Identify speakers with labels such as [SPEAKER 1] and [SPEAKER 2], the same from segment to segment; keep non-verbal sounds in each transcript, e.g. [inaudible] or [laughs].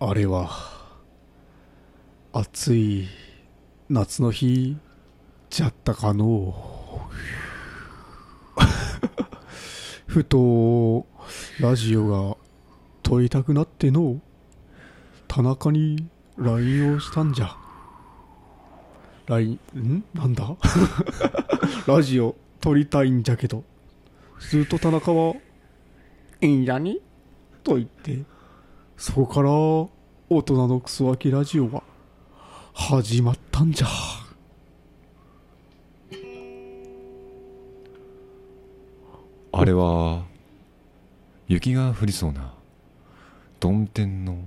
[SPEAKER 1] あれは暑い夏の日じゃったかの [laughs] うふとラジオが撮りたくなってのう田中に LINE をしたんじゃ LINE んなんだ [laughs] ラジオ撮りたいんじゃけどすると田中は「いいんじゃに?」と言ってそこから大人のクソワキラジオは始まったんじゃ
[SPEAKER 2] あれは雪が降りそうな曇天の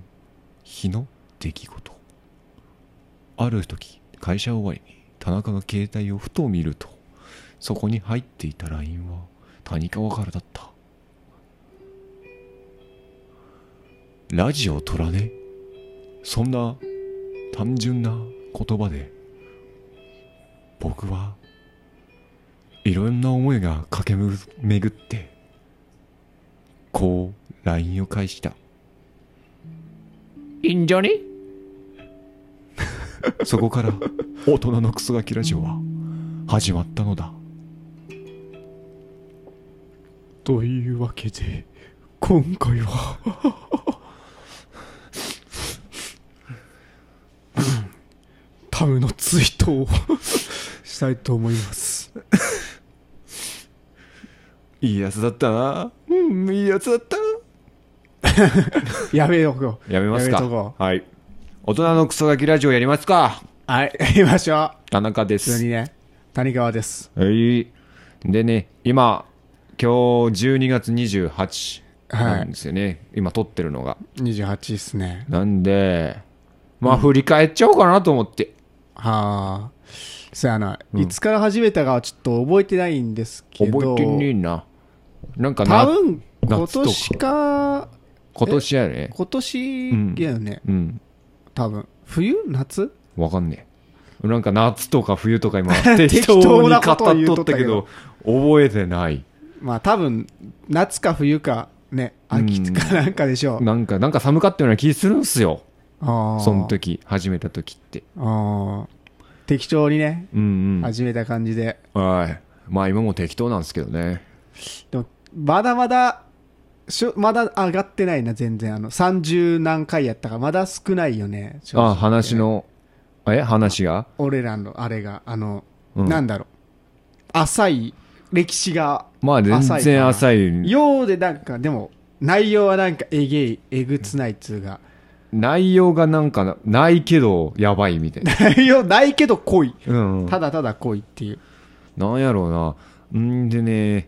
[SPEAKER 2] 日の出来事ある時会社終わりに田中が携帯をふと見るとそこに入っていた LINE は谷川からだったラジオ取らねそんな単純な言葉で僕はいろんな思いが駆け巡ってこう LINE を返した
[SPEAKER 3] いいんじゃね
[SPEAKER 2] [laughs] そこから大人のクソガキラジオは始まったのだ
[SPEAKER 1] というわけで今回は [laughs] タムのツイートを [laughs] したいと思います
[SPEAKER 2] いいやつだったなうんいいやつだった
[SPEAKER 1] やめようよ
[SPEAKER 2] やめます
[SPEAKER 1] やめとこ
[SPEAKER 2] かはい大人のクソガキラジオやりますか
[SPEAKER 1] はいやりましょう
[SPEAKER 2] 田中で
[SPEAKER 1] 普通
[SPEAKER 2] す
[SPEAKER 1] にね谷川です
[SPEAKER 2] はいでね今今日12月28なんですよね、今撮ってるのが
[SPEAKER 1] 28ですね
[SPEAKER 2] なんでまあ振り返っちゃおうかなと思って、
[SPEAKER 1] はあそやな、いつから始めたかはちょっと覚えてないんですけど
[SPEAKER 2] 覚えてねえななんか
[SPEAKER 1] 多
[SPEAKER 2] な
[SPEAKER 1] 分今
[SPEAKER 2] 夏とか
[SPEAKER 1] 年か
[SPEAKER 2] 今年やね
[SPEAKER 1] 今年やよね、
[SPEAKER 2] うん
[SPEAKER 1] 多分冬夏
[SPEAKER 2] わかんねえ。なんか夏とか冬とか今、適
[SPEAKER 1] [laughs] 適
[SPEAKER 2] 当
[SPEAKER 1] 当
[SPEAKER 2] に語
[SPEAKER 1] な
[SPEAKER 2] っ
[SPEAKER 1] ことを言う
[SPEAKER 2] と
[SPEAKER 1] とっ
[SPEAKER 2] っ
[SPEAKER 1] たた
[SPEAKER 2] け
[SPEAKER 1] け
[SPEAKER 2] ど
[SPEAKER 1] ど、
[SPEAKER 2] 覚えてない。
[SPEAKER 1] まあ多分夏か冬かね秋かなんかでしょう、
[SPEAKER 2] なんか、なんか寒かったような気するんすよ。
[SPEAKER 1] ああ
[SPEAKER 2] その時、始めた時って。
[SPEAKER 1] ああ適当にね
[SPEAKER 2] うんうん。
[SPEAKER 1] 始めた感じで、
[SPEAKER 2] はい。まあ今も適当なんですけどね。
[SPEAKER 1] でもまだまだしょまだ上がってないな全然あの30何回やったからまだ少ないよね正直
[SPEAKER 2] あ、話の、え話が
[SPEAKER 1] 俺らのあれがあの、
[SPEAKER 2] うん
[SPEAKER 1] なんだろう浅い歴史が
[SPEAKER 2] まあ全
[SPEAKER 1] 浅いか
[SPEAKER 2] 然
[SPEAKER 1] な
[SPEAKER 2] 浅い。
[SPEAKER 1] ようでなんかでも内容はなんかえげいえぐつないっつうか
[SPEAKER 2] 内容がなんかな、ないけど、やばいみたいな。
[SPEAKER 1] [laughs] 内容ないけど濃い
[SPEAKER 2] うんうん。
[SPEAKER 1] ただただ濃いっていう
[SPEAKER 2] なんやろうな。うんでね、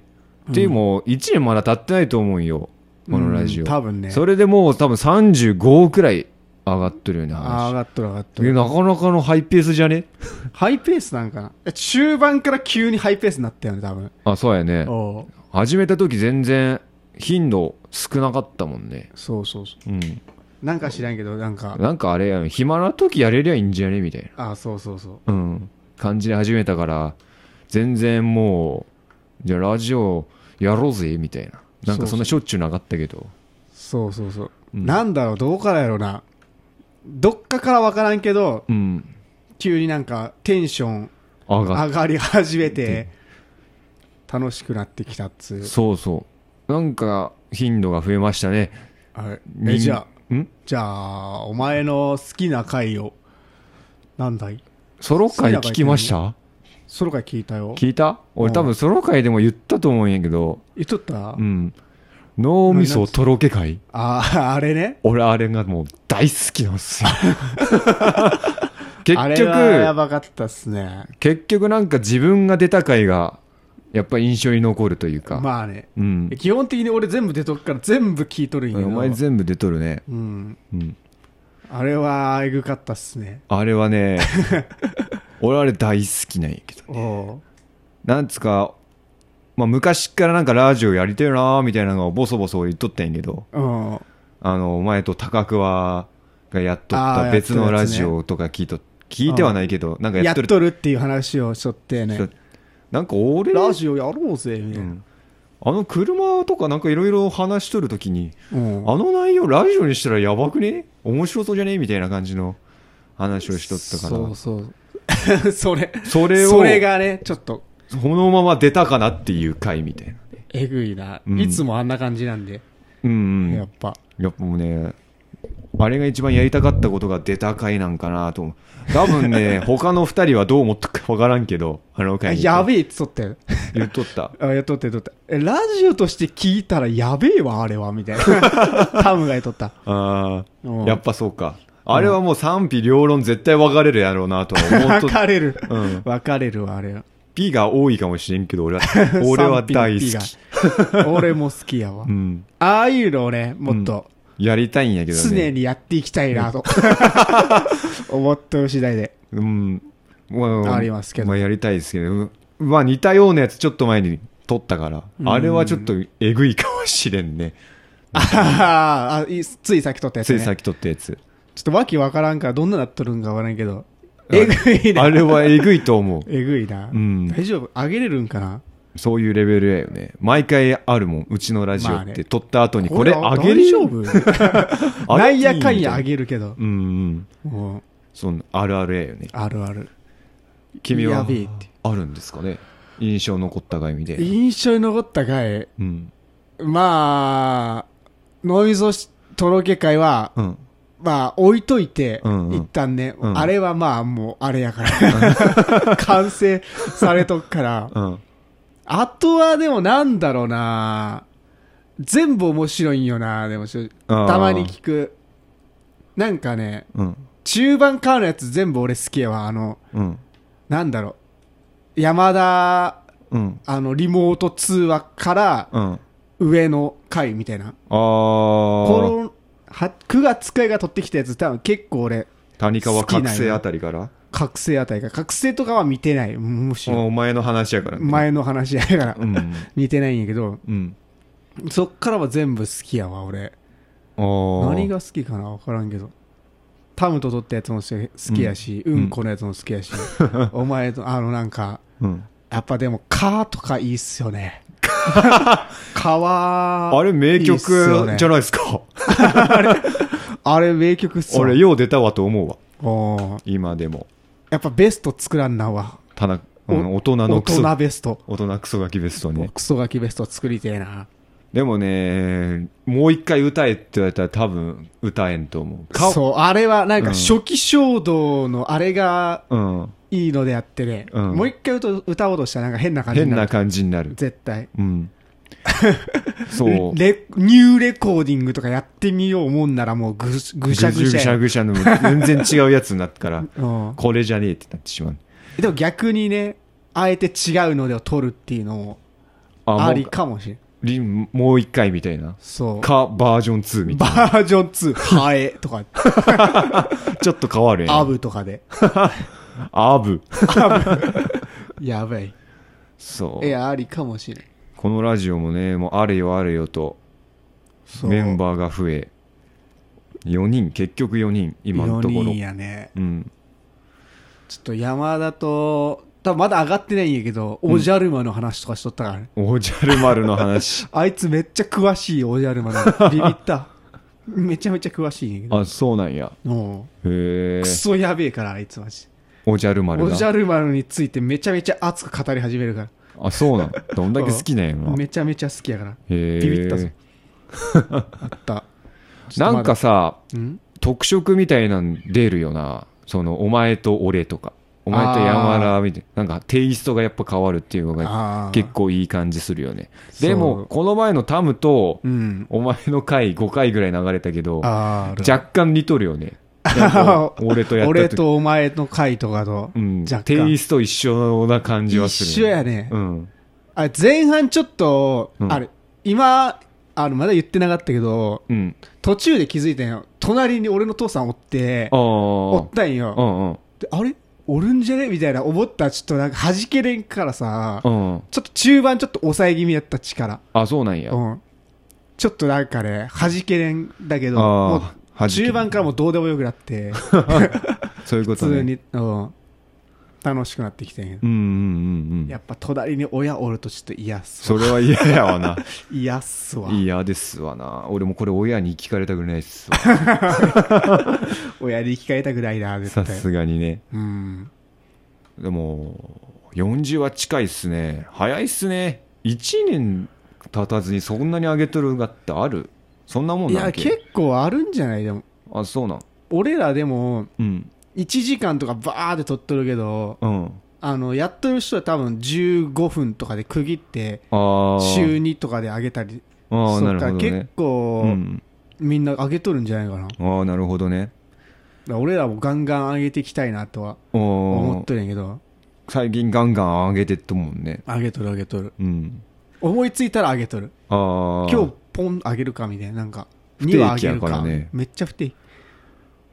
[SPEAKER 2] でも、1年まだ経ってないと思うよ。このラジオ。
[SPEAKER 1] うん多分ね
[SPEAKER 2] それでもう多分35くらい上がってるよね、
[SPEAKER 1] ああ上
[SPEAKER 2] 話。
[SPEAKER 1] がっとる上がっと
[SPEAKER 2] え
[SPEAKER 1] る
[SPEAKER 2] なかなかのハイペースじゃね
[SPEAKER 1] ハイペースなんかなえ中盤から急にハイペースになったよね多分
[SPEAKER 2] あ、そうやね。
[SPEAKER 1] おう
[SPEAKER 2] 始めた時全然頻度少なかったもんね。
[SPEAKER 1] そうそうそ
[SPEAKER 2] うん。
[SPEAKER 1] うなんか知らんけどなんか
[SPEAKER 2] なんかあれやん、暇な時やれりゃいいんじゃねみたいな。
[SPEAKER 1] ああそうそうそう
[SPEAKER 2] うん。感じで始めたから、全然もう、じゃあラジオやろうぜ、みたいな。なんかそんなしょっちゅうなかったけど。
[SPEAKER 1] そうそうそう、
[SPEAKER 2] うん
[SPEAKER 1] なんだろうどこからやろうなどっかからわからんけど
[SPEAKER 2] うん。
[SPEAKER 1] 急になんかテンション
[SPEAKER 2] 上がっ
[SPEAKER 1] 上がり始めて楽しくなってきたっつう
[SPEAKER 2] そうそう。なんか頻度が増えましたね。
[SPEAKER 1] あれ
[SPEAKER 2] み
[SPEAKER 1] え
[SPEAKER 2] ん
[SPEAKER 1] じゃあ
[SPEAKER 2] ん
[SPEAKER 1] じゃあお前の好きな回をなんだい
[SPEAKER 2] ソロ回聞きました
[SPEAKER 1] ソロ回聞いたよ
[SPEAKER 2] 聞いた俺
[SPEAKER 1] うん
[SPEAKER 2] 多分ソロ回でも言ったと思うんやけど、
[SPEAKER 1] 言っとった、
[SPEAKER 2] うん。脳みそとろけ会
[SPEAKER 1] ああ [laughs] あれね
[SPEAKER 2] 俺あれがもう大好きなんで
[SPEAKER 1] [laughs]
[SPEAKER 2] すよ。結
[SPEAKER 1] あれはや
[SPEAKER 2] 局、
[SPEAKER 1] ばかったっすね
[SPEAKER 2] 結局なんか自分が出た回が、やっぱ印象に残るというか。
[SPEAKER 1] まあね
[SPEAKER 2] うん。
[SPEAKER 1] 基本的に俺全部出とくから全部聞いとるん
[SPEAKER 2] お
[SPEAKER 1] やけど
[SPEAKER 2] 前全部出とるね。
[SPEAKER 1] うん
[SPEAKER 2] うん。
[SPEAKER 1] あれはえぐかったっすね
[SPEAKER 2] あれ
[SPEAKER 1] [laughs]
[SPEAKER 2] はね、俺あれ大好きなんやけど。
[SPEAKER 1] おう
[SPEAKER 2] なんつか、まあ、昔からなんかラジオやりてえなーみたいなのをボソボソ言っとったんやけど、
[SPEAKER 1] うん
[SPEAKER 2] あの、お前と高桑がやっとっ
[SPEAKER 1] あーやっ
[SPEAKER 2] た
[SPEAKER 1] とるやつ
[SPEAKER 2] 別
[SPEAKER 1] ね
[SPEAKER 2] のラジオとか聞いと、聞いてはないけど、なんかや
[SPEAKER 1] や
[SPEAKER 2] っ
[SPEAKER 1] っ
[SPEAKER 2] とる。
[SPEAKER 1] とるっていう話をしとってね
[SPEAKER 2] なんか俺、
[SPEAKER 1] ラジオやろうぜみたいな、
[SPEAKER 2] うんあの車とかなんかいろいろ話しとるときに、
[SPEAKER 1] うん
[SPEAKER 2] あの内容ラジオにしたらやばくね面白そうじゃねみたいな感じの話をしとったから
[SPEAKER 1] そうそう [laughs] それ
[SPEAKER 2] そ
[SPEAKER 1] そ
[SPEAKER 2] れ
[SPEAKER 1] れ
[SPEAKER 2] を
[SPEAKER 1] がねちょっと
[SPEAKER 2] そのまま出たかなっていう回みたいな
[SPEAKER 1] えぐいな、
[SPEAKER 2] うん
[SPEAKER 1] いつもあんな感じなんで、
[SPEAKER 2] うんうん
[SPEAKER 1] やっぱ
[SPEAKER 2] やっぱもうねあれが一番やりたかったことが出た回なんかなと思う多分
[SPEAKER 1] [laughs]
[SPEAKER 2] ね他の2人はどう思ったか分からんけどあの回に
[SPEAKER 1] やべえって撮った
[SPEAKER 2] [laughs]
[SPEAKER 1] よ
[SPEAKER 2] 言っとった
[SPEAKER 1] あいや撮って撮ったえラジオとして聞いたらやべえわあれはみたい
[SPEAKER 2] [laughs]
[SPEAKER 1] なタムが撮った
[SPEAKER 2] あ
[SPEAKER 1] うん
[SPEAKER 2] ーやっぱそうかあれはもう賛否両論絶対分かれるやろうなとは思っと
[SPEAKER 1] 分
[SPEAKER 2] っ
[SPEAKER 1] かれる、
[SPEAKER 2] うん
[SPEAKER 1] 分かれるわあれは
[SPEAKER 2] P が多いかもしれんけど俺
[SPEAKER 1] [laughs]
[SPEAKER 2] は俺は大好き、
[SPEAKER 1] き [laughs] 俺も好きやわ、
[SPEAKER 2] うん、
[SPEAKER 1] ああいうのをねもっと
[SPEAKER 2] やりたいんやけどね
[SPEAKER 1] 常にやっていきたいなと、 [laughs] 思ってる次第で
[SPEAKER 2] うん、ま
[SPEAKER 1] ありますけど
[SPEAKER 2] まあ、やりたいですけど、うんまあ、似たようなやつちょっと前に撮ったから
[SPEAKER 1] うん
[SPEAKER 2] あれはちょっとえぐいかもしれんね
[SPEAKER 1] あははあいついさっき撮ったやつ、
[SPEAKER 2] つ
[SPEAKER 1] ね、
[SPEAKER 2] いさっき撮ったやつ
[SPEAKER 1] ちょっとわけわからんからどんななっとるんかわからんけど
[SPEAKER 2] あ
[SPEAKER 1] えぐいな
[SPEAKER 2] あれはえぐいと思
[SPEAKER 1] えぐいな、
[SPEAKER 2] うん
[SPEAKER 1] 大丈夫上げれるんかな
[SPEAKER 2] うそういうレベルやよね毎回あるもんうちのラジオ
[SPEAKER 1] まあ
[SPEAKER 2] っ
[SPEAKER 1] ね
[SPEAKER 2] て撮った後にこれあげる
[SPEAKER 1] 大丈夫
[SPEAKER 2] [laughs] あ
[SPEAKER 1] な
[SPEAKER 2] れ
[SPEAKER 1] んやかんや上
[SPEAKER 2] いいみ
[SPEAKER 1] げるけど
[SPEAKER 2] たいなうんうん
[SPEAKER 1] もう
[SPEAKER 2] そのあるあるやよね
[SPEAKER 1] あるある
[SPEAKER 2] 君
[SPEAKER 1] や
[SPEAKER 2] は
[SPEAKER 1] べえって
[SPEAKER 2] あるんですかね印象残った回みたいな、
[SPEAKER 1] 印象に残った回
[SPEAKER 2] うん
[SPEAKER 1] まあ脳みそしとろけ会は
[SPEAKER 2] うん、
[SPEAKER 1] まあ置いといて、
[SPEAKER 2] うんうん
[SPEAKER 1] 一旦ね、
[SPEAKER 2] うん
[SPEAKER 1] あれはまあもうあれやから
[SPEAKER 2] [laughs]
[SPEAKER 1] 完成されとくから
[SPEAKER 2] うん、
[SPEAKER 1] あとはでもなんだろうな全部面白いんよなでも正直
[SPEAKER 2] あー
[SPEAKER 1] たまに聞くなんかね
[SPEAKER 2] うん
[SPEAKER 1] 中盤からのやつ全部俺好きやわあの
[SPEAKER 2] うん
[SPEAKER 1] なんだろう山田
[SPEAKER 2] うん
[SPEAKER 1] あのリモート通話から
[SPEAKER 2] うんあ
[SPEAKER 1] 上の回みたいな
[SPEAKER 2] あー
[SPEAKER 1] このは9月くらいが取ってきたやつ多分結構俺
[SPEAKER 2] 谷川
[SPEAKER 1] 好きなん
[SPEAKER 2] 覚
[SPEAKER 1] や
[SPEAKER 2] 醒あたりから
[SPEAKER 1] 覚醒あたりが覚醒とかは見てないむしろ
[SPEAKER 2] お前の話やからね
[SPEAKER 1] 前の話やから
[SPEAKER 2] うん
[SPEAKER 1] 見てないんやけど
[SPEAKER 2] うん
[SPEAKER 1] そっからは全部好きやわ俺何が好きかな分からんけどタムと撮ったやつも好きやし、う、
[SPEAKER 2] うんん
[SPEAKER 1] このやつも好きや
[SPEAKER 2] [laughs]
[SPEAKER 1] しお前とあのなんか
[SPEAKER 2] うん
[SPEAKER 1] やっぱでも「か」とかいいっすよ
[SPEAKER 2] [laughs]
[SPEAKER 1] ね「か」は
[SPEAKER 2] あれ名曲
[SPEAKER 1] いいっすよね
[SPEAKER 2] じゃないですか
[SPEAKER 1] あれ名曲っすわ
[SPEAKER 2] 俺よう出たわと思うわ
[SPEAKER 1] おー
[SPEAKER 2] 今でも
[SPEAKER 1] やっぱベスト作らんなわ
[SPEAKER 2] ただ
[SPEAKER 1] お
[SPEAKER 2] うん大人の
[SPEAKER 1] 大
[SPEAKER 2] クソ
[SPEAKER 1] 人ベスト
[SPEAKER 2] 大人クソガキベストね
[SPEAKER 1] クソガキベスト作りてえな
[SPEAKER 2] でもねもう一回歌えって言われたら多分歌えんと思うか
[SPEAKER 1] そうあれはなんか
[SPEAKER 2] うん
[SPEAKER 1] 初期衝動のあれが
[SPEAKER 2] うん
[SPEAKER 1] いいのであってね、
[SPEAKER 2] うん
[SPEAKER 1] もう一回歌う歌おうとしたらなんか変な感じに
[SPEAKER 2] 変
[SPEAKER 1] な
[SPEAKER 2] な
[SPEAKER 1] る
[SPEAKER 2] 感じになる
[SPEAKER 1] 絶対
[SPEAKER 2] うん
[SPEAKER 1] [laughs]
[SPEAKER 2] そう
[SPEAKER 1] レニューレコーディングとかやってみようもんならもうぐしぐしゃぐしゃや
[SPEAKER 2] ぐしゃぐしゃの全然違うやつになったから
[SPEAKER 1] うん
[SPEAKER 2] これじゃねえってなってしまう
[SPEAKER 1] でも逆にねあえて違うのでを撮るっていうのも
[SPEAKER 2] あもう
[SPEAKER 1] ありかもしれん
[SPEAKER 2] りもう一回みたいな
[SPEAKER 1] そう
[SPEAKER 2] かバージョン2みた
[SPEAKER 1] バ
[SPEAKER 2] い
[SPEAKER 1] ージョン2ハ
[SPEAKER 2] [laughs]
[SPEAKER 1] エとか
[SPEAKER 2] なちょっと変わるやん
[SPEAKER 1] アブとかで
[SPEAKER 2] アブ
[SPEAKER 1] やばい
[SPEAKER 2] そう
[SPEAKER 1] いやありかもしれん
[SPEAKER 2] このラジオもねもうあれよあれよと
[SPEAKER 1] そう
[SPEAKER 2] メンバーが増え4人結局4人今のとこ
[SPEAKER 1] 4
[SPEAKER 2] ろ
[SPEAKER 1] 人やね
[SPEAKER 2] うん
[SPEAKER 1] ちょっと山田と多分まだ上がってないんやけどおじゃる丸の話とかしとったからね、
[SPEAKER 2] おじゃる丸
[SPEAKER 1] [laughs]
[SPEAKER 2] の話
[SPEAKER 1] あいつめっちゃ詳しいおじゃる
[SPEAKER 2] [laughs]
[SPEAKER 1] 丸ビビっためちゃめちゃ詳しいんやけど
[SPEAKER 2] あそうなんや
[SPEAKER 1] うん
[SPEAKER 2] へえ
[SPEAKER 1] クソやべえからあいつマジ
[SPEAKER 2] おじゃる丸
[SPEAKER 1] おじゃ
[SPEAKER 2] だ
[SPEAKER 1] る丸についてめちゃめちゃ熱く語り始めるか
[SPEAKER 2] あそうなんどんだ
[SPEAKER 1] ら
[SPEAKER 2] け好きなんやろ
[SPEAKER 1] うん
[SPEAKER 2] な
[SPEAKER 1] [laughs] めちゃめちゃ好きやから
[SPEAKER 2] へ
[SPEAKER 1] ビビったぞ
[SPEAKER 2] え
[SPEAKER 1] あった
[SPEAKER 2] なんかさ
[SPEAKER 1] うん
[SPEAKER 2] 特色みたいなん出るよなそのお前と俺とかお前と山田みたいななんかテイストがやっぱ変わるっていうのが
[SPEAKER 1] あー
[SPEAKER 2] 結構いい感じするよね
[SPEAKER 1] そう
[SPEAKER 2] でもこの前のタムと
[SPEAKER 1] うん
[SPEAKER 2] お前の回5回ぐらい流れたけど
[SPEAKER 1] あー
[SPEAKER 2] 若干似とる
[SPEAKER 1] [laughs]
[SPEAKER 2] よね
[SPEAKER 1] あはは
[SPEAKER 2] 俺とやった時
[SPEAKER 1] 俺とお前の回とかと
[SPEAKER 2] うん、
[SPEAKER 1] 若
[SPEAKER 2] テイ
[SPEAKER 1] 干
[SPEAKER 2] スト一緒な感じはする
[SPEAKER 1] 一緒やね
[SPEAKER 2] うん
[SPEAKER 1] あれ前半ちょっと
[SPEAKER 2] うん
[SPEAKER 1] あれ今あのまだ言ってなかったけど
[SPEAKER 2] うん
[SPEAKER 1] 途中で気づいたんよ隣に俺の父さんおって
[SPEAKER 2] あ
[SPEAKER 1] お
[SPEAKER 2] あ
[SPEAKER 1] ったん
[SPEAKER 2] う
[SPEAKER 1] よ
[SPEAKER 2] んうん
[SPEAKER 1] であれおるんじゃねみたいな思ったらちょっとなんか弾けれんからさ
[SPEAKER 2] うん
[SPEAKER 1] ちょっと中盤ちょっと抑え気味やった力
[SPEAKER 2] あそうなんや
[SPEAKER 1] うん、ちょっとなんかね、弾けれんだけど、も
[SPEAKER 2] あ
[SPEAKER 1] う
[SPEAKER 2] あ
[SPEAKER 1] 中盤からもうどうでもよくなって、
[SPEAKER 2] そういうこ
[SPEAKER 1] 普
[SPEAKER 2] と
[SPEAKER 1] 通
[SPEAKER 2] ね
[SPEAKER 1] に、うん、楽しくなってきてん、
[SPEAKER 2] うんうんうんうん
[SPEAKER 1] やっぱ隣に親おるとちょっと嫌っす
[SPEAKER 2] そ
[SPEAKER 1] わ
[SPEAKER 2] れは嫌や
[SPEAKER 1] [laughs]
[SPEAKER 2] わな
[SPEAKER 1] 嫌っすわ
[SPEAKER 2] 嫌ですわな俺もこれ親に聞かれたくないっすわ
[SPEAKER 1] 親に聞かれたぐらいだ絶
[SPEAKER 2] さ
[SPEAKER 1] 対
[SPEAKER 2] すがにね
[SPEAKER 1] うん
[SPEAKER 2] でも40は近いっすね早いっすね1年経たずにそんなに上げとるがってあるそんなも
[SPEAKER 1] い
[SPEAKER 2] んなん
[SPEAKER 1] や
[SPEAKER 2] け
[SPEAKER 1] 結構あるんじゃないでも
[SPEAKER 2] あそうなん
[SPEAKER 1] 俺らでも
[SPEAKER 2] うん
[SPEAKER 1] 1時間とかバーって撮っとるけど
[SPEAKER 2] うん
[SPEAKER 1] あのやっとる人は多分15分とかで区切って
[SPEAKER 2] ああ
[SPEAKER 1] 週2とかで上げたり
[SPEAKER 2] ああ
[SPEAKER 1] そ
[SPEAKER 2] な
[SPEAKER 1] っ
[SPEAKER 2] る
[SPEAKER 1] か
[SPEAKER 2] ほど
[SPEAKER 1] 結
[SPEAKER 2] ね
[SPEAKER 1] 構、
[SPEAKER 2] うん
[SPEAKER 1] みんな上げとるんじゃないかなだか
[SPEAKER 2] ああなるほどね
[SPEAKER 1] ら俺らもガンガン上げていきたいなとは思
[SPEAKER 2] お
[SPEAKER 1] っとるんやけど
[SPEAKER 2] 最近ガンガン上げてったもんね
[SPEAKER 1] 上げとる上げとる
[SPEAKER 2] うん
[SPEAKER 1] 思いついたら上げとる
[SPEAKER 2] ああ
[SPEAKER 1] 今日ポン上げるかみたいななんか
[SPEAKER 2] 不定
[SPEAKER 1] 2
[SPEAKER 2] 期
[SPEAKER 1] は上げる
[SPEAKER 2] や
[SPEAKER 1] か
[SPEAKER 2] からね
[SPEAKER 1] めっちゃ不定期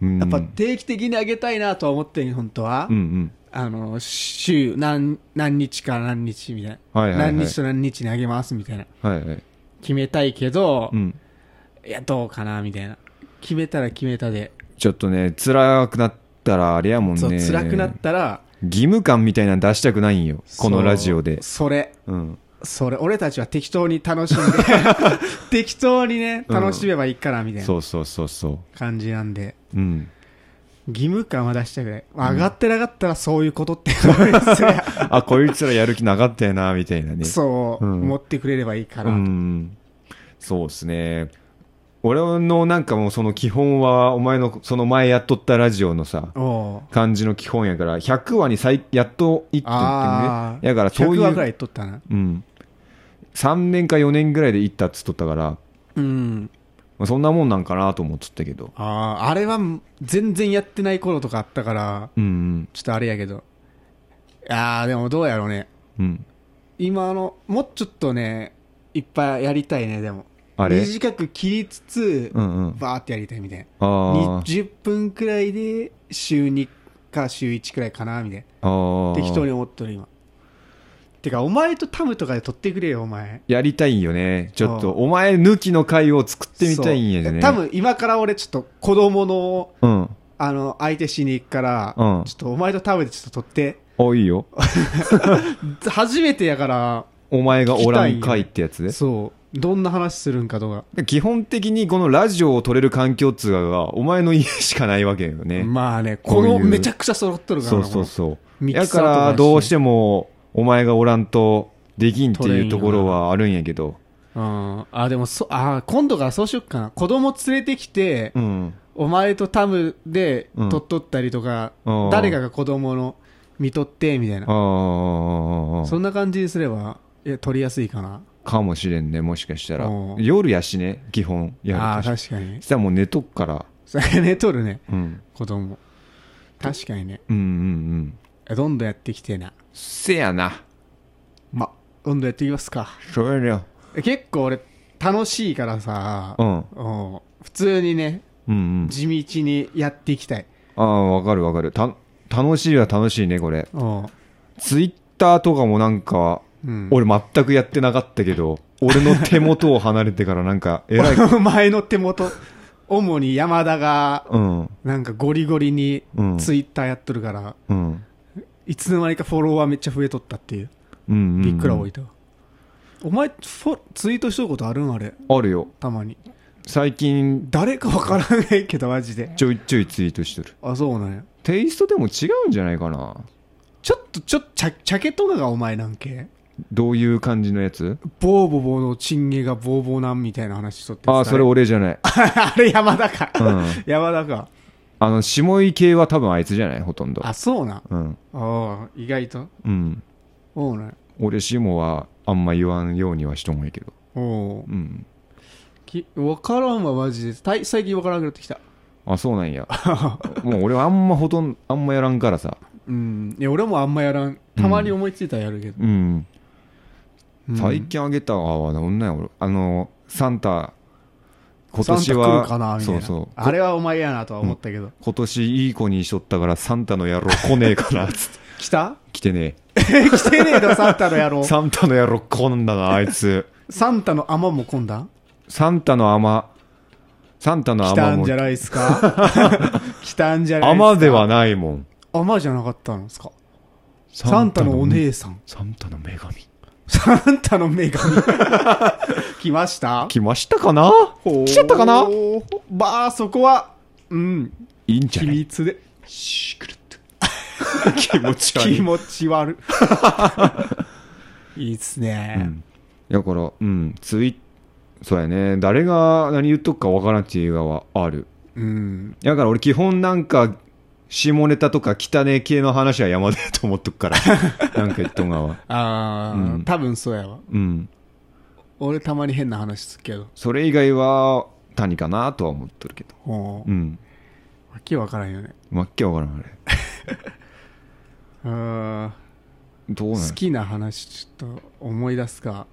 [SPEAKER 2] うん
[SPEAKER 1] やっぱ定期的に上げたいなとは思ってん本当は、
[SPEAKER 2] うんうん
[SPEAKER 1] あの週何何日か何日みたいな、
[SPEAKER 2] はいはいはい
[SPEAKER 1] 何日と何日に上げますみたいな
[SPEAKER 2] はいはい
[SPEAKER 1] 決めたいけど、
[SPEAKER 2] うん
[SPEAKER 1] いやどうかなみたいな決めたら決めたで、
[SPEAKER 2] ちょっとね辛くなったらあれやもんね
[SPEAKER 1] そう辛くなったら
[SPEAKER 2] 義務感みたいなの出したくないんよこのラジオで
[SPEAKER 1] そうそれ
[SPEAKER 2] うん
[SPEAKER 1] それ俺たちは適当に楽しん
[SPEAKER 2] [laughs]
[SPEAKER 1] で適当にね楽しめばいいからみたいな
[SPEAKER 2] そうそうそうそ
[SPEAKER 1] 感じなんで
[SPEAKER 2] ううん
[SPEAKER 1] 義務感は出したくない上がってなかったらそういうことって思いますね
[SPEAKER 2] あこいつらやる気なかったよなみたい [laughs] なね
[SPEAKER 1] そう、
[SPEAKER 2] うん
[SPEAKER 1] 持ってくれればいいから、
[SPEAKER 2] うんそうですね俺のなんかもうその基本はお前のその前やっとったラジオのさ
[SPEAKER 1] おう
[SPEAKER 2] 感じの基本やから100話に最やっと1
[SPEAKER 1] あ
[SPEAKER 2] って
[SPEAKER 1] あ
[SPEAKER 2] ねやからそう
[SPEAKER 1] 100話ぐら
[SPEAKER 2] い、
[SPEAKER 1] いう撮ったな
[SPEAKER 2] うん、3年か4年ぐらいで行ったっつっとったから、ま
[SPEAKER 1] うん
[SPEAKER 2] あ、そんなもんなんかなと思っとったけど
[SPEAKER 1] あああれは全然やってない頃とかあったから
[SPEAKER 2] うん
[SPEAKER 1] ちょっとあれやけどああでもどうやろうね
[SPEAKER 2] うんうん
[SPEAKER 1] 今のもうちょっとねいっぱいやりたいねでも
[SPEAKER 2] あれ
[SPEAKER 1] 短く切りつつ、
[SPEAKER 2] うんうん
[SPEAKER 1] バーってやりたいみたいな
[SPEAKER 2] あー
[SPEAKER 1] 20分くらいで週2か週1くらいかなみたい
[SPEAKER 2] あー
[SPEAKER 1] な適当に思っとる今てかお前とタムとかで撮ってくれよお前
[SPEAKER 2] やりたいんよねちょっと
[SPEAKER 1] う
[SPEAKER 2] お前抜きの回を作ってみたいんやで
[SPEAKER 1] そう
[SPEAKER 2] ね
[SPEAKER 1] 多分今から俺ちょっと子供の
[SPEAKER 2] うん
[SPEAKER 1] あの相手しに行くから、
[SPEAKER 2] うん
[SPEAKER 1] ちょっとお前とタムでちょっと撮って
[SPEAKER 2] おいいよ
[SPEAKER 1] 初めてやから
[SPEAKER 2] お前がおら
[SPEAKER 1] 聞きたいん
[SPEAKER 2] ん
[SPEAKER 1] や
[SPEAKER 2] 回ってやつで
[SPEAKER 1] そうどんな話するんかとか、
[SPEAKER 2] で基本的にこのラジオを撮れる環境っつうかがお前の家しかないわけよね、
[SPEAKER 1] まあね
[SPEAKER 2] こ
[SPEAKER 1] こ
[SPEAKER 2] うい
[SPEAKER 1] の
[SPEAKER 2] う
[SPEAKER 1] めちゃくちゃ揃っとるから
[SPEAKER 2] そ
[SPEAKER 1] な
[SPEAKER 2] うそう
[SPEAKER 1] こ
[SPEAKER 2] そう
[SPEAKER 1] ミキ
[SPEAKER 2] や
[SPEAKER 1] サ
[SPEAKER 2] か
[SPEAKER 1] ーとかやし
[SPEAKER 2] らどうしてもお前がおらんとできんっていうところはあるんやけど
[SPEAKER 1] のうんあでもそあ今度からそうしよっかな子供連れてきて、
[SPEAKER 2] うん
[SPEAKER 1] お前とタムで
[SPEAKER 2] うん
[SPEAKER 1] 撮っとったりとか、
[SPEAKER 2] ああ
[SPEAKER 1] 誰かが子供の見とってみたい
[SPEAKER 2] あ
[SPEAKER 1] な
[SPEAKER 2] あ
[SPEAKER 1] そんな感じにすればいや撮りやすいかな
[SPEAKER 2] かもしれんねもしかしたら
[SPEAKER 1] うん
[SPEAKER 2] 夜やしね基本やる
[SPEAKER 1] ああ
[SPEAKER 2] とし
[SPEAKER 1] 確かに
[SPEAKER 2] したらもう寝とくから、
[SPEAKER 1] それね撮るね
[SPEAKER 2] うん、
[SPEAKER 1] 子供確かにね
[SPEAKER 2] うんうんうん
[SPEAKER 1] どんどんやってきてえな
[SPEAKER 2] せやな
[SPEAKER 1] まどんどんやっていきますか
[SPEAKER 2] それだよ
[SPEAKER 1] 結構俺楽しいからさ、
[SPEAKER 2] うん
[SPEAKER 1] うん普通にね
[SPEAKER 2] うんうん
[SPEAKER 1] 地道にやっていきたい、
[SPEAKER 2] ああわかるわかるた楽しいは楽しいねこれ
[SPEAKER 1] うん
[SPEAKER 2] ツイッターとかもなんか
[SPEAKER 1] うん、
[SPEAKER 2] 俺全くやってなかったけ [laughs] ど俺の手元を離れてからなんかえら [laughs] い
[SPEAKER 1] お [laughs] 前の手元主に山田が
[SPEAKER 2] うん
[SPEAKER 1] なんかゴリゴリに
[SPEAKER 2] うん
[SPEAKER 1] ツイッターやっとるから、
[SPEAKER 2] うん
[SPEAKER 1] いつの間にかフォロワーめっちゃ増えとったっていう
[SPEAKER 2] うん
[SPEAKER 1] びっくら
[SPEAKER 2] 多
[SPEAKER 1] 置いた、お前フォツイートしとることあるんあれ
[SPEAKER 2] あるよ
[SPEAKER 1] たまに
[SPEAKER 2] 最近
[SPEAKER 1] 誰かわからないけどマジで
[SPEAKER 2] ちょいちょいツイートしてる
[SPEAKER 1] あそうなんや
[SPEAKER 2] テイストでも違うんじゃないかな
[SPEAKER 1] ちょっとちょっとちゃちゃけとるがお前なんけ
[SPEAKER 2] どういう感じのやつ
[SPEAKER 1] ボーボボのチンゲがボーボーなんみたいな話しとって
[SPEAKER 2] ああそれ
[SPEAKER 1] を
[SPEAKER 2] 俺じゃない
[SPEAKER 1] [laughs] あれ山田か、
[SPEAKER 2] うん
[SPEAKER 1] 山田か
[SPEAKER 2] あの下井系は多分あいつじゃないほとんど
[SPEAKER 1] あそうなん
[SPEAKER 2] うん
[SPEAKER 1] ああ意外と
[SPEAKER 2] うん
[SPEAKER 1] おうなん
[SPEAKER 2] 俺下はあんま言わんようにはしとんやけど
[SPEAKER 1] おお
[SPEAKER 2] うん
[SPEAKER 1] き分からんわマジでたい最近分からんくなってきた
[SPEAKER 2] あそうな
[SPEAKER 1] [laughs]
[SPEAKER 2] んやもう俺はあんまほとんどあんまやらんからさ
[SPEAKER 1] うんいや俺もあんまやらんたまに思いついたらやるけど、
[SPEAKER 2] うん
[SPEAKER 1] うん
[SPEAKER 2] 最近あげたはなんなんやろあのサンタ今
[SPEAKER 1] サン
[SPEAKER 2] 年
[SPEAKER 1] タ来るかな
[SPEAKER 2] は
[SPEAKER 1] みたい
[SPEAKER 2] そ
[SPEAKER 1] な
[SPEAKER 2] うそう
[SPEAKER 1] あれはお前やなとは思ったけど、
[SPEAKER 2] 今年いい子にしとったからサンタの野郎来ねえかなっつって [laughs]
[SPEAKER 1] 来た
[SPEAKER 2] 来てね
[SPEAKER 1] [laughs] 来てねえのサンタの野郎
[SPEAKER 2] えサンタの野郎来んだ
[SPEAKER 1] [laughs]
[SPEAKER 2] なあいつ
[SPEAKER 1] サンタの雨も来んだ
[SPEAKER 2] サンタの雨サンタの
[SPEAKER 1] 来
[SPEAKER 2] 雨
[SPEAKER 1] たん
[SPEAKER 2] も
[SPEAKER 1] じゃないですか来たんじゃないすか
[SPEAKER 2] 雨ではないもん
[SPEAKER 1] 雨じゃなかったんですかサンタのお姉
[SPEAKER 2] さん
[SPEAKER 1] さん。
[SPEAKER 2] サンタの女神
[SPEAKER 1] サンタの女神。 [laughs] 来ました
[SPEAKER 2] 来ましたかな
[SPEAKER 1] ほう
[SPEAKER 2] 来ちゃったかな
[SPEAKER 1] まあ、そこは、うん、
[SPEAKER 2] いいんじゃ
[SPEAKER 1] 秘
[SPEAKER 2] ない
[SPEAKER 1] 密で。
[SPEAKER 2] シークレット気持ち悪い [laughs]
[SPEAKER 1] 気持ち悪 [laughs] い。いいっす
[SPEAKER 2] う
[SPEAKER 1] ね。
[SPEAKER 2] ん、だからうんツイそうやね誰が何言っとくかわからんっていう映画はある
[SPEAKER 1] うん。
[SPEAKER 2] だから俺基本なんか下ネタとか汚ね系の話は山でと思っとくから
[SPEAKER 1] [laughs]
[SPEAKER 2] なんか言っとんがは
[SPEAKER 1] ああ、
[SPEAKER 2] うん
[SPEAKER 1] 多分そうやわ。
[SPEAKER 2] うん
[SPEAKER 1] 俺たまに変な話するけど。
[SPEAKER 2] それ以外は谷かなとは思っとるけど
[SPEAKER 1] ほう
[SPEAKER 2] う。ん
[SPEAKER 1] わけわからんよね。
[SPEAKER 2] わっけわからんあれ
[SPEAKER 1] うーん。
[SPEAKER 2] どうなん
[SPEAKER 1] 好きな話ちょっと思い出すか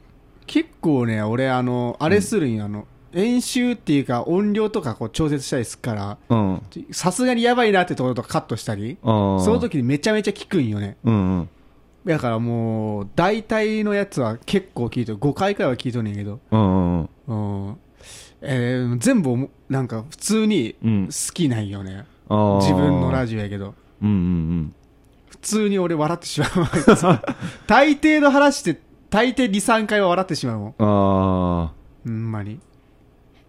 [SPEAKER 1] 結構ね俺あのあれするんよ、あの演習っていうか音量とかこう調節したりするから
[SPEAKER 2] うんあ
[SPEAKER 1] さすがにやばいなってところとかカットしたり
[SPEAKER 2] あ
[SPEAKER 1] その時にめちゃめちゃ聞くんよね
[SPEAKER 2] うんうん
[SPEAKER 1] だからもう大体のやつは結構聞いてる5回くらいは聞いとんねんけど、
[SPEAKER 2] うんうん
[SPEAKER 1] うんえー全部おもなんか普通に
[SPEAKER 2] うん
[SPEAKER 1] 好きなんよね、
[SPEAKER 2] あー
[SPEAKER 1] 自分のラジオやけど
[SPEAKER 2] うんうん
[SPEAKER 1] 普通に俺笑ってしまう大抵の話って大抵23回は笑ってしまうもん
[SPEAKER 2] うんああ
[SPEAKER 1] ほんまに。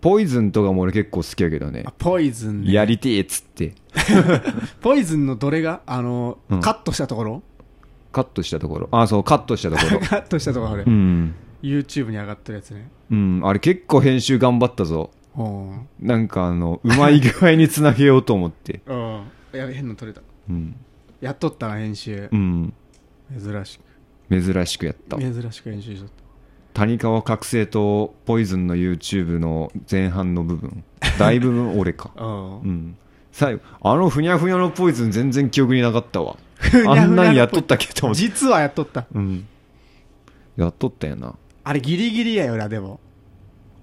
[SPEAKER 2] ポイズンとかも俺結構好きやけどね
[SPEAKER 1] あ、ポイズンね。
[SPEAKER 2] やりてえっつって
[SPEAKER 1] ポイズンのどれが、あの、
[SPEAKER 2] うん
[SPEAKER 1] カットしたところ
[SPEAKER 2] カットしたところあそうカットしたところ
[SPEAKER 1] [laughs] カットしたところ、あれ
[SPEAKER 2] う。ん
[SPEAKER 1] YouTube に上がってるやつね。
[SPEAKER 2] うんあれ結構編集頑張ったぞ
[SPEAKER 1] ほう
[SPEAKER 2] なんかあのうまい具合につなげようと思
[SPEAKER 1] [laughs]
[SPEAKER 2] って
[SPEAKER 1] うん。やべ、変なの撮れた。
[SPEAKER 2] うん、
[SPEAKER 1] やっとったな、編集
[SPEAKER 2] う。ん、
[SPEAKER 1] 珍し
[SPEAKER 2] 珍しくやった
[SPEAKER 1] く。珍しく編集しとった。
[SPEAKER 2] 谷川覚醒とポイズンの YouTube の前半の部
[SPEAKER 1] [laughs]
[SPEAKER 2] 分大部分俺か
[SPEAKER 1] うん
[SPEAKER 2] う。ん最後あのふにゃふにゃのポイズン全然記憶になかったわ
[SPEAKER 1] に [laughs] ゃふにゃのポイ
[SPEAKER 2] あんなんやっとったっけと思って、
[SPEAKER 1] 実はやっとった。
[SPEAKER 2] うん、やっとったよな
[SPEAKER 1] あれ、ギリギリやよな、でも。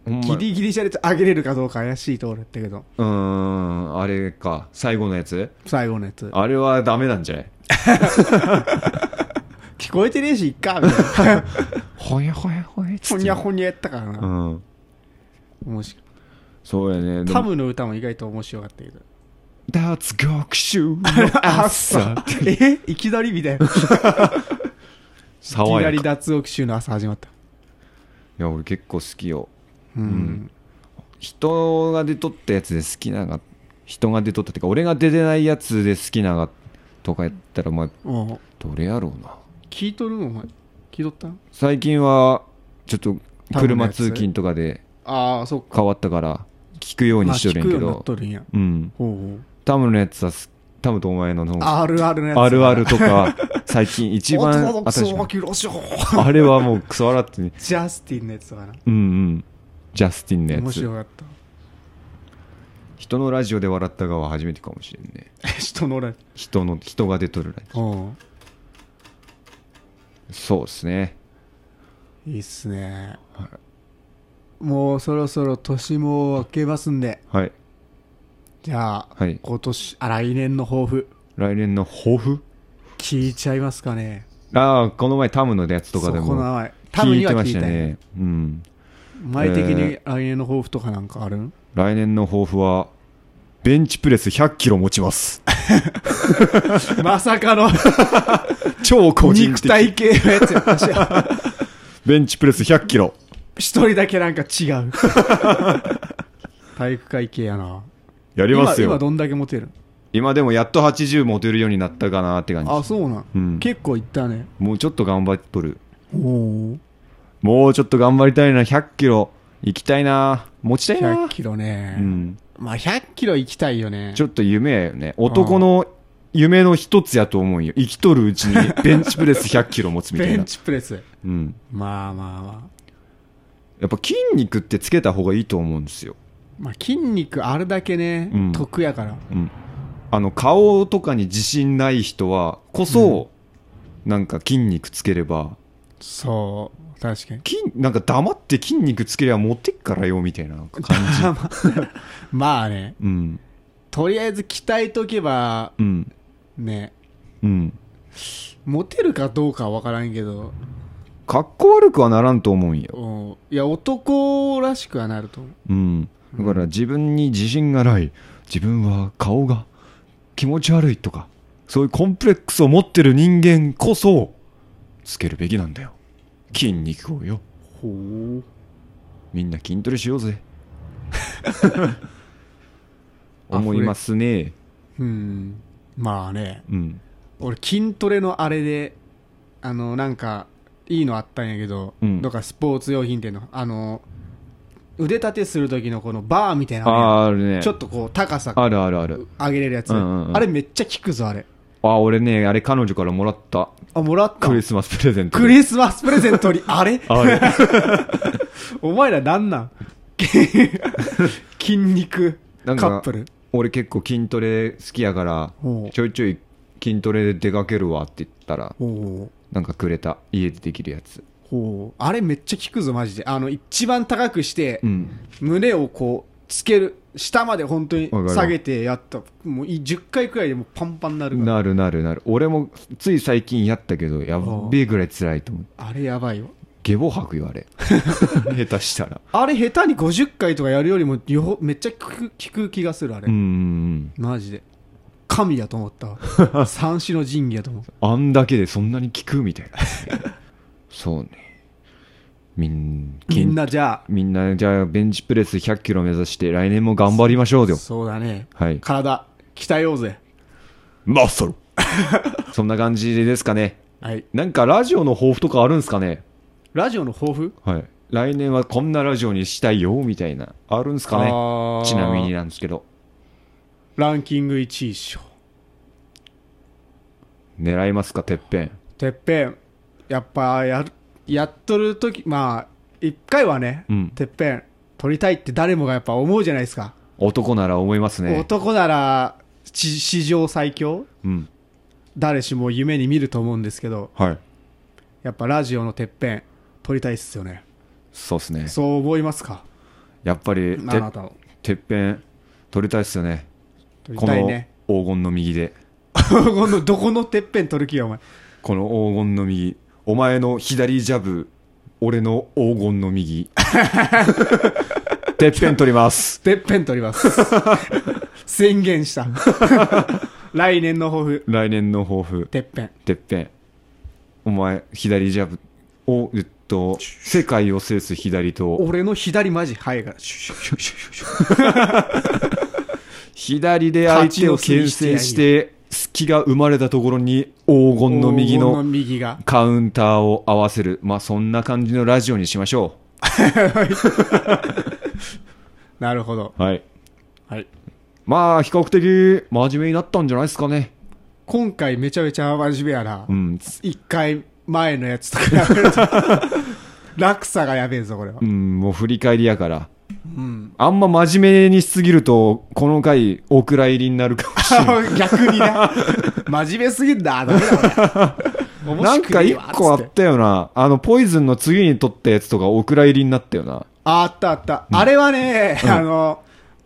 [SPEAKER 2] ほんま
[SPEAKER 1] ギリギリじゃれて上げれるかどうか怪しいところやったけど。
[SPEAKER 2] うーんあれか最後のやつ
[SPEAKER 1] 最後のやつ。
[SPEAKER 2] あれはダメなんじゃない
[SPEAKER 1] 聞こえてねえし、いっか、みたい
[SPEAKER 2] [laughs]
[SPEAKER 1] な。
[SPEAKER 2] ほやほやほやっつ
[SPEAKER 1] ほ
[SPEAKER 2] って
[SPEAKER 1] にゃほにゃやったからな。
[SPEAKER 2] うん
[SPEAKER 1] 面白い。
[SPEAKER 2] そうやねでも
[SPEAKER 1] タムの歌も意外と面白かったけど。
[SPEAKER 2] 脱獄臭の朝
[SPEAKER 1] [laughs] えいきなりみたいな。いき
[SPEAKER 2] 爽
[SPEAKER 1] な
[SPEAKER 2] や
[SPEAKER 1] り
[SPEAKER 2] か
[SPEAKER 1] 脱獄集の朝始まった。
[SPEAKER 2] いや俺結構好きよ
[SPEAKER 1] うん。
[SPEAKER 2] 人が出とったやつで好きなが人が出とったっていうか俺が出てないやつで好きながとかやったらまあ
[SPEAKER 1] おう
[SPEAKER 2] どれやろうな
[SPEAKER 1] 聞いとるのお前。聞いとったん
[SPEAKER 2] 最近はちょっと
[SPEAKER 1] タムの
[SPEAKER 2] 車
[SPEAKER 1] やつ
[SPEAKER 2] 通勤とかで
[SPEAKER 1] ああ、そっか。
[SPEAKER 2] 変わったから聞くようにしとるんやけ
[SPEAKER 1] まあ聞くようになっ
[SPEAKER 2] ど
[SPEAKER 1] とるんや。
[SPEAKER 2] うん
[SPEAKER 1] ほうほう。
[SPEAKER 2] タムのやつはすタムとお前のの
[SPEAKER 1] あるあるのやつ。
[SPEAKER 2] あるある。とか最近一
[SPEAKER 1] オ
[SPEAKER 2] 番
[SPEAKER 1] ートドックス
[SPEAKER 2] 新しい
[SPEAKER 1] 大木ロショー
[SPEAKER 2] あれはもうクソ笑ってね
[SPEAKER 1] ジャスティンのやつだな。
[SPEAKER 2] うんうんジャスティンのや
[SPEAKER 1] 面
[SPEAKER 2] つ
[SPEAKER 1] 白かった。 [laughs]
[SPEAKER 2] 人のラジオで笑った側は初めてかもしれんね
[SPEAKER 1] え人の俺。
[SPEAKER 2] 人の人が出とるラジ
[SPEAKER 1] うん。
[SPEAKER 2] オそうですね
[SPEAKER 1] いいっすね。もうそろそろ年も明けますんで。
[SPEAKER 2] はい
[SPEAKER 1] じゃあ、
[SPEAKER 2] はい
[SPEAKER 1] 今年、あ、来年の抱負、
[SPEAKER 2] 来年の抱負
[SPEAKER 1] 聞いちゃいますかね。
[SPEAKER 2] ああこの前タムのやつとかで
[SPEAKER 1] そうこの
[SPEAKER 2] も
[SPEAKER 1] 前。タム
[SPEAKER 2] 聞い
[SPEAKER 1] には
[SPEAKER 2] てま
[SPEAKER 1] 聞
[SPEAKER 2] し
[SPEAKER 1] いた
[SPEAKER 2] た
[SPEAKER 1] よ。
[SPEAKER 2] ねうん
[SPEAKER 1] 前的に来年の抱負とかなんかあるん、 [laughs]
[SPEAKER 2] 来年の抱負はベンチプレス1 0 0キロ持ちます [laughs]
[SPEAKER 1] まさかの
[SPEAKER 2] 超個人
[SPEAKER 1] 肉
[SPEAKER 2] 的
[SPEAKER 1] 体系のやつやった
[SPEAKER 2] [laughs]
[SPEAKER 1] し
[SPEAKER 2] ベンチプレス1 0 0キロ
[SPEAKER 1] 一人だけなんか違う体育会系やな
[SPEAKER 2] やります
[SPEAKER 1] 今今
[SPEAKER 2] よ今
[SPEAKER 1] どんだけモテる
[SPEAKER 2] でもやっと80持てるようになったかなって感じ
[SPEAKER 1] あそうなん、
[SPEAKER 2] うん
[SPEAKER 1] 結構いったね
[SPEAKER 2] もうちょっと頑張っとる
[SPEAKER 1] おお
[SPEAKER 2] もうちょっと頑張りたいな、100キロ行きたいな、持ちたい
[SPEAKER 1] 100
[SPEAKER 2] な。
[SPEAKER 1] キロね、
[SPEAKER 2] うん。
[SPEAKER 1] まあ100キロ行きたいよね
[SPEAKER 2] ちょっと夢やよね。男の夢の一つやと思うよ。生きとるうち
[SPEAKER 1] [laughs]
[SPEAKER 2] にベンチプレス100キロ持つみた
[SPEAKER 1] ベ
[SPEAKER 2] いな
[SPEAKER 1] ン。チプレス
[SPEAKER 2] うん。
[SPEAKER 1] まあまあまあ
[SPEAKER 2] やっぱ筋肉ってつけた方がいいと思うんですよ。
[SPEAKER 1] まあ筋肉あれだけね、
[SPEAKER 2] うん
[SPEAKER 1] 得やから
[SPEAKER 2] うん。あの、顔とかに自信ない人は、こそ、なんか筋肉つければ、
[SPEAKER 1] そう確かに
[SPEAKER 2] 筋、なんか黙って筋肉つければ持ってっからよ、みたいな感じ。
[SPEAKER 1] [laughs] まあね
[SPEAKER 2] うん。
[SPEAKER 1] とりあえず鍛えとけば
[SPEAKER 2] うん。
[SPEAKER 1] ね
[SPEAKER 2] うん。
[SPEAKER 1] モテるかどうかは分からんけど、
[SPEAKER 2] かっこ悪くはならんと思うんよ。
[SPEAKER 1] うんいや、男らしくはなると思う。
[SPEAKER 2] うん、だから自分に自信がない自分は顔が気持ち悪いとかそういうコンプレックスを持ってる人間こそつけるべきなんだよ筋肉をよ
[SPEAKER 1] ほう
[SPEAKER 2] みんな筋トレしようぜ
[SPEAKER 1] あ
[SPEAKER 2] [laughs] 思いますね
[SPEAKER 1] うんまあね
[SPEAKER 2] うん
[SPEAKER 1] 俺筋トレのあれであのなんかいいのあったんやけど、
[SPEAKER 2] うん
[SPEAKER 1] どっかスポーツ用品店のあの腕立てする時のこのバーみたいなのある
[SPEAKER 2] あーある
[SPEAKER 1] や
[SPEAKER 2] ね
[SPEAKER 1] んちょっとこう高さ
[SPEAKER 2] あるあるある
[SPEAKER 1] 上げれるやつ、
[SPEAKER 2] うんうんうん
[SPEAKER 1] あれめっちゃ効くぞあれ
[SPEAKER 2] あー俺ねあれ彼女からもらった
[SPEAKER 1] あもらった
[SPEAKER 2] クリスマスプレゼントで
[SPEAKER 1] クリスマスプレゼントにあれ
[SPEAKER 2] あれ
[SPEAKER 1] [laughs] お前らなんなん筋肉カ
[SPEAKER 2] なんか
[SPEAKER 1] ップル
[SPEAKER 2] 俺結構筋トレ好きやから
[SPEAKER 1] おう
[SPEAKER 2] ちょいちょい筋トレで出かけるわって言ったら
[SPEAKER 1] ほう
[SPEAKER 2] なんかくれた家でできるやつ
[SPEAKER 1] ほうあれめっちゃ効くぞマジであの一番高くして、
[SPEAKER 2] うん
[SPEAKER 1] 胸をこうつける下まで本当に
[SPEAKER 2] わかるわ
[SPEAKER 1] 下げてやったもうい10回くらいでもうパンパンになるから
[SPEAKER 2] なるなるなる俺もつい最近やったけどやっべえぐらい辛いと思う
[SPEAKER 1] あれやばいよ
[SPEAKER 2] 下ボ吐くよ
[SPEAKER 1] [laughs]
[SPEAKER 2] あれ下手したら
[SPEAKER 1] あれ下手に50回とかやるよりもよほめっちゃ効く効く気がするあれ、
[SPEAKER 2] うんうんうん
[SPEAKER 1] マジで神やと思った
[SPEAKER 2] [laughs]
[SPEAKER 1] わ三種の神器やと思った
[SPEAKER 2] あんだけでそんなに効くみたいなそうねみん
[SPEAKER 1] みん
[SPEAKER 2] な
[SPEAKER 1] なじゃ
[SPEAKER 2] みんなじゃあベンチプレス1 0 0キロ目指して来年も頑張りましょう
[SPEAKER 1] あ
[SPEAKER 2] よ
[SPEAKER 1] そうだね
[SPEAKER 2] はい
[SPEAKER 1] 体鍛えようぜ
[SPEAKER 2] マッサルそんな感じですかね
[SPEAKER 1] はい
[SPEAKER 2] なんかラジオの抱負とかあるんですかね
[SPEAKER 1] ラジオの抱負
[SPEAKER 2] はい来年はこんなラジオにしたいよみたいなあるんですか
[SPEAKER 1] あ
[SPEAKER 2] ね
[SPEAKER 1] ー
[SPEAKER 2] ちなみになんですけど
[SPEAKER 1] ランキング1位っしょ
[SPEAKER 2] 狙いますかてっぺん
[SPEAKER 1] てっぺんやっぱやるやっとる時まあ一回はね、
[SPEAKER 2] うん
[SPEAKER 1] てっぺん取りたいって誰もがやっぱ思うじゃないですか、
[SPEAKER 2] 男なら思いますね
[SPEAKER 1] 男ならち史上最強
[SPEAKER 2] うん
[SPEAKER 1] 誰しも夢に見ると思うんですけど
[SPEAKER 2] はい
[SPEAKER 1] やっぱラジオのてっぺん取りたいっすよね
[SPEAKER 2] そうですね
[SPEAKER 1] そう思いますか
[SPEAKER 2] やっぱり
[SPEAKER 1] あ
[SPEAKER 2] て
[SPEAKER 1] なたを
[SPEAKER 2] てっぺん取りたいっすよね
[SPEAKER 1] 取り
[SPEAKER 2] こ
[SPEAKER 1] たい
[SPEAKER 2] の
[SPEAKER 1] ね
[SPEAKER 2] 黄金の右で
[SPEAKER 1] [laughs] このどこのてっぺん取る気よお前
[SPEAKER 2] この黄金の右お前の左ジャブ俺の黄金の
[SPEAKER 1] [laughs]
[SPEAKER 2] 右てっぺん取ります
[SPEAKER 1] てっぺん取り
[SPEAKER 2] [laughs]
[SPEAKER 1] ます宣言した [laughs] 来年の抱負
[SPEAKER 2] 来年の抱負
[SPEAKER 1] てっぺん
[SPEAKER 2] てっぺんお前左ジャブをえっと世界を制す左と
[SPEAKER 1] 俺の左マジ早いからシュシュシュシュシュシュ
[SPEAKER 2] 左で相手を牽制して隙が生まれたところに黄金の右
[SPEAKER 1] 黄金
[SPEAKER 2] の
[SPEAKER 1] 右が
[SPEAKER 2] カウンターを合わせるまあそんな感じのラジオにしましょ
[SPEAKER 1] なるほど
[SPEAKER 2] うはい
[SPEAKER 1] はい
[SPEAKER 2] まあ比較的真面目になったんじゃないですかね
[SPEAKER 1] 今回めちゃめちゃ真面目やな
[SPEAKER 2] うん
[SPEAKER 1] 一回前のやつとか比べると落差がやべえぞこれは
[SPEAKER 2] うんもう振り返りやから
[SPEAKER 1] うん
[SPEAKER 2] あんま真面目にしすぎるとこの回お蔵入りになるかもしれない
[SPEAKER 1] 逆にな真面目すぎんだダメだ俺面
[SPEAKER 2] なん
[SPEAKER 1] 白
[SPEAKER 2] か
[SPEAKER 1] くねえ
[SPEAKER 2] 一
[SPEAKER 1] わ
[SPEAKER 2] 個あ
[SPEAKER 1] つ
[SPEAKER 2] ってたよな。あの、ポイズンの次に撮ったやつとかお蔵入りになったよな。
[SPEAKER 1] ああったあった、あれはね、あの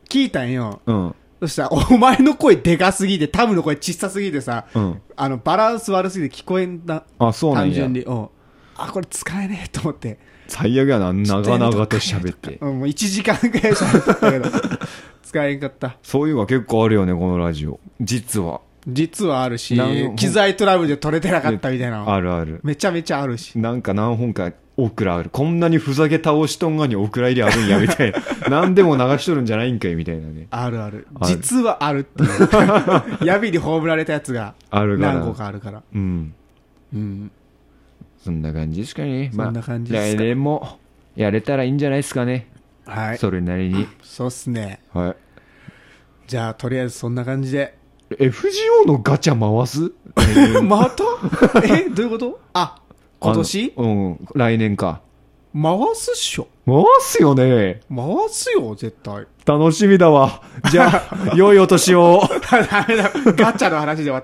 [SPEAKER 1] 聞いたんよ
[SPEAKER 2] うん。
[SPEAKER 1] そしたらお前の声でかすぎてタムの声小さすぎてさ、
[SPEAKER 2] うん。
[SPEAKER 1] あのバランス悪すぎて聞こえんな
[SPEAKER 2] あ、そうな
[SPEAKER 1] 単
[SPEAKER 2] んや
[SPEAKER 1] 純。にうんあこれ使えねえと思って
[SPEAKER 2] 最悪やな。長々と喋って。
[SPEAKER 1] うん、もう1時間ぐらい喋っとったけ
[SPEAKER 2] [laughs]
[SPEAKER 1] ど使えんかった
[SPEAKER 2] そういうのが結構あるよね、このラジオ。実は。
[SPEAKER 1] 実はあるし
[SPEAKER 2] なん
[SPEAKER 1] 機材トラブルで取れてなかったみたいなの
[SPEAKER 2] あるある。
[SPEAKER 1] めちゃめちゃあるし
[SPEAKER 2] なんか何本かオクラある。こんなにふざけ倒しとんがにオクラ入りあるんや、みたい
[SPEAKER 1] [laughs]
[SPEAKER 2] な。何でも流しとるんじゃないんかい、みたいなね。
[SPEAKER 1] あるある
[SPEAKER 2] ある
[SPEAKER 1] 実はあるっていう
[SPEAKER 2] [laughs]
[SPEAKER 1] 闇に葬られたやつが
[SPEAKER 2] あるから
[SPEAKER 1] 何個かあるから
[SPEAKER 2] うん。
[SPEAKER 1] うん
[SPEAKER 2] そんな感じですかね。まあ
[SPEAKER 1] そんな感じですか
[SPEAKER 2] 来年もやれたらいいんじゃないですかね。
[SPEAKER 1] はい
[SPEAKER 2] それなりに。
[SPEAKER 1] そうっすね
[SPEAKER 2] はい。
[SPEAKER 1] じゃあとりあえずそんな感じで [laughs]
[SPEAKER 2] FGO のガチャ回す
[SPEAKER 1] またえどういうことあ今年
[SPEAKER 2] あのうん、来年か。
[SPEAKER 1] 回すっしょ
[SPEAKER 2] 回すよね。
[SPEAKER 1] 回すよ絶対 [laughs]
[SPEAKER 2] 楽しみだわ。じゃあ、良いお年を。
[SPEAKER 1] ダメだガチャの話で終わった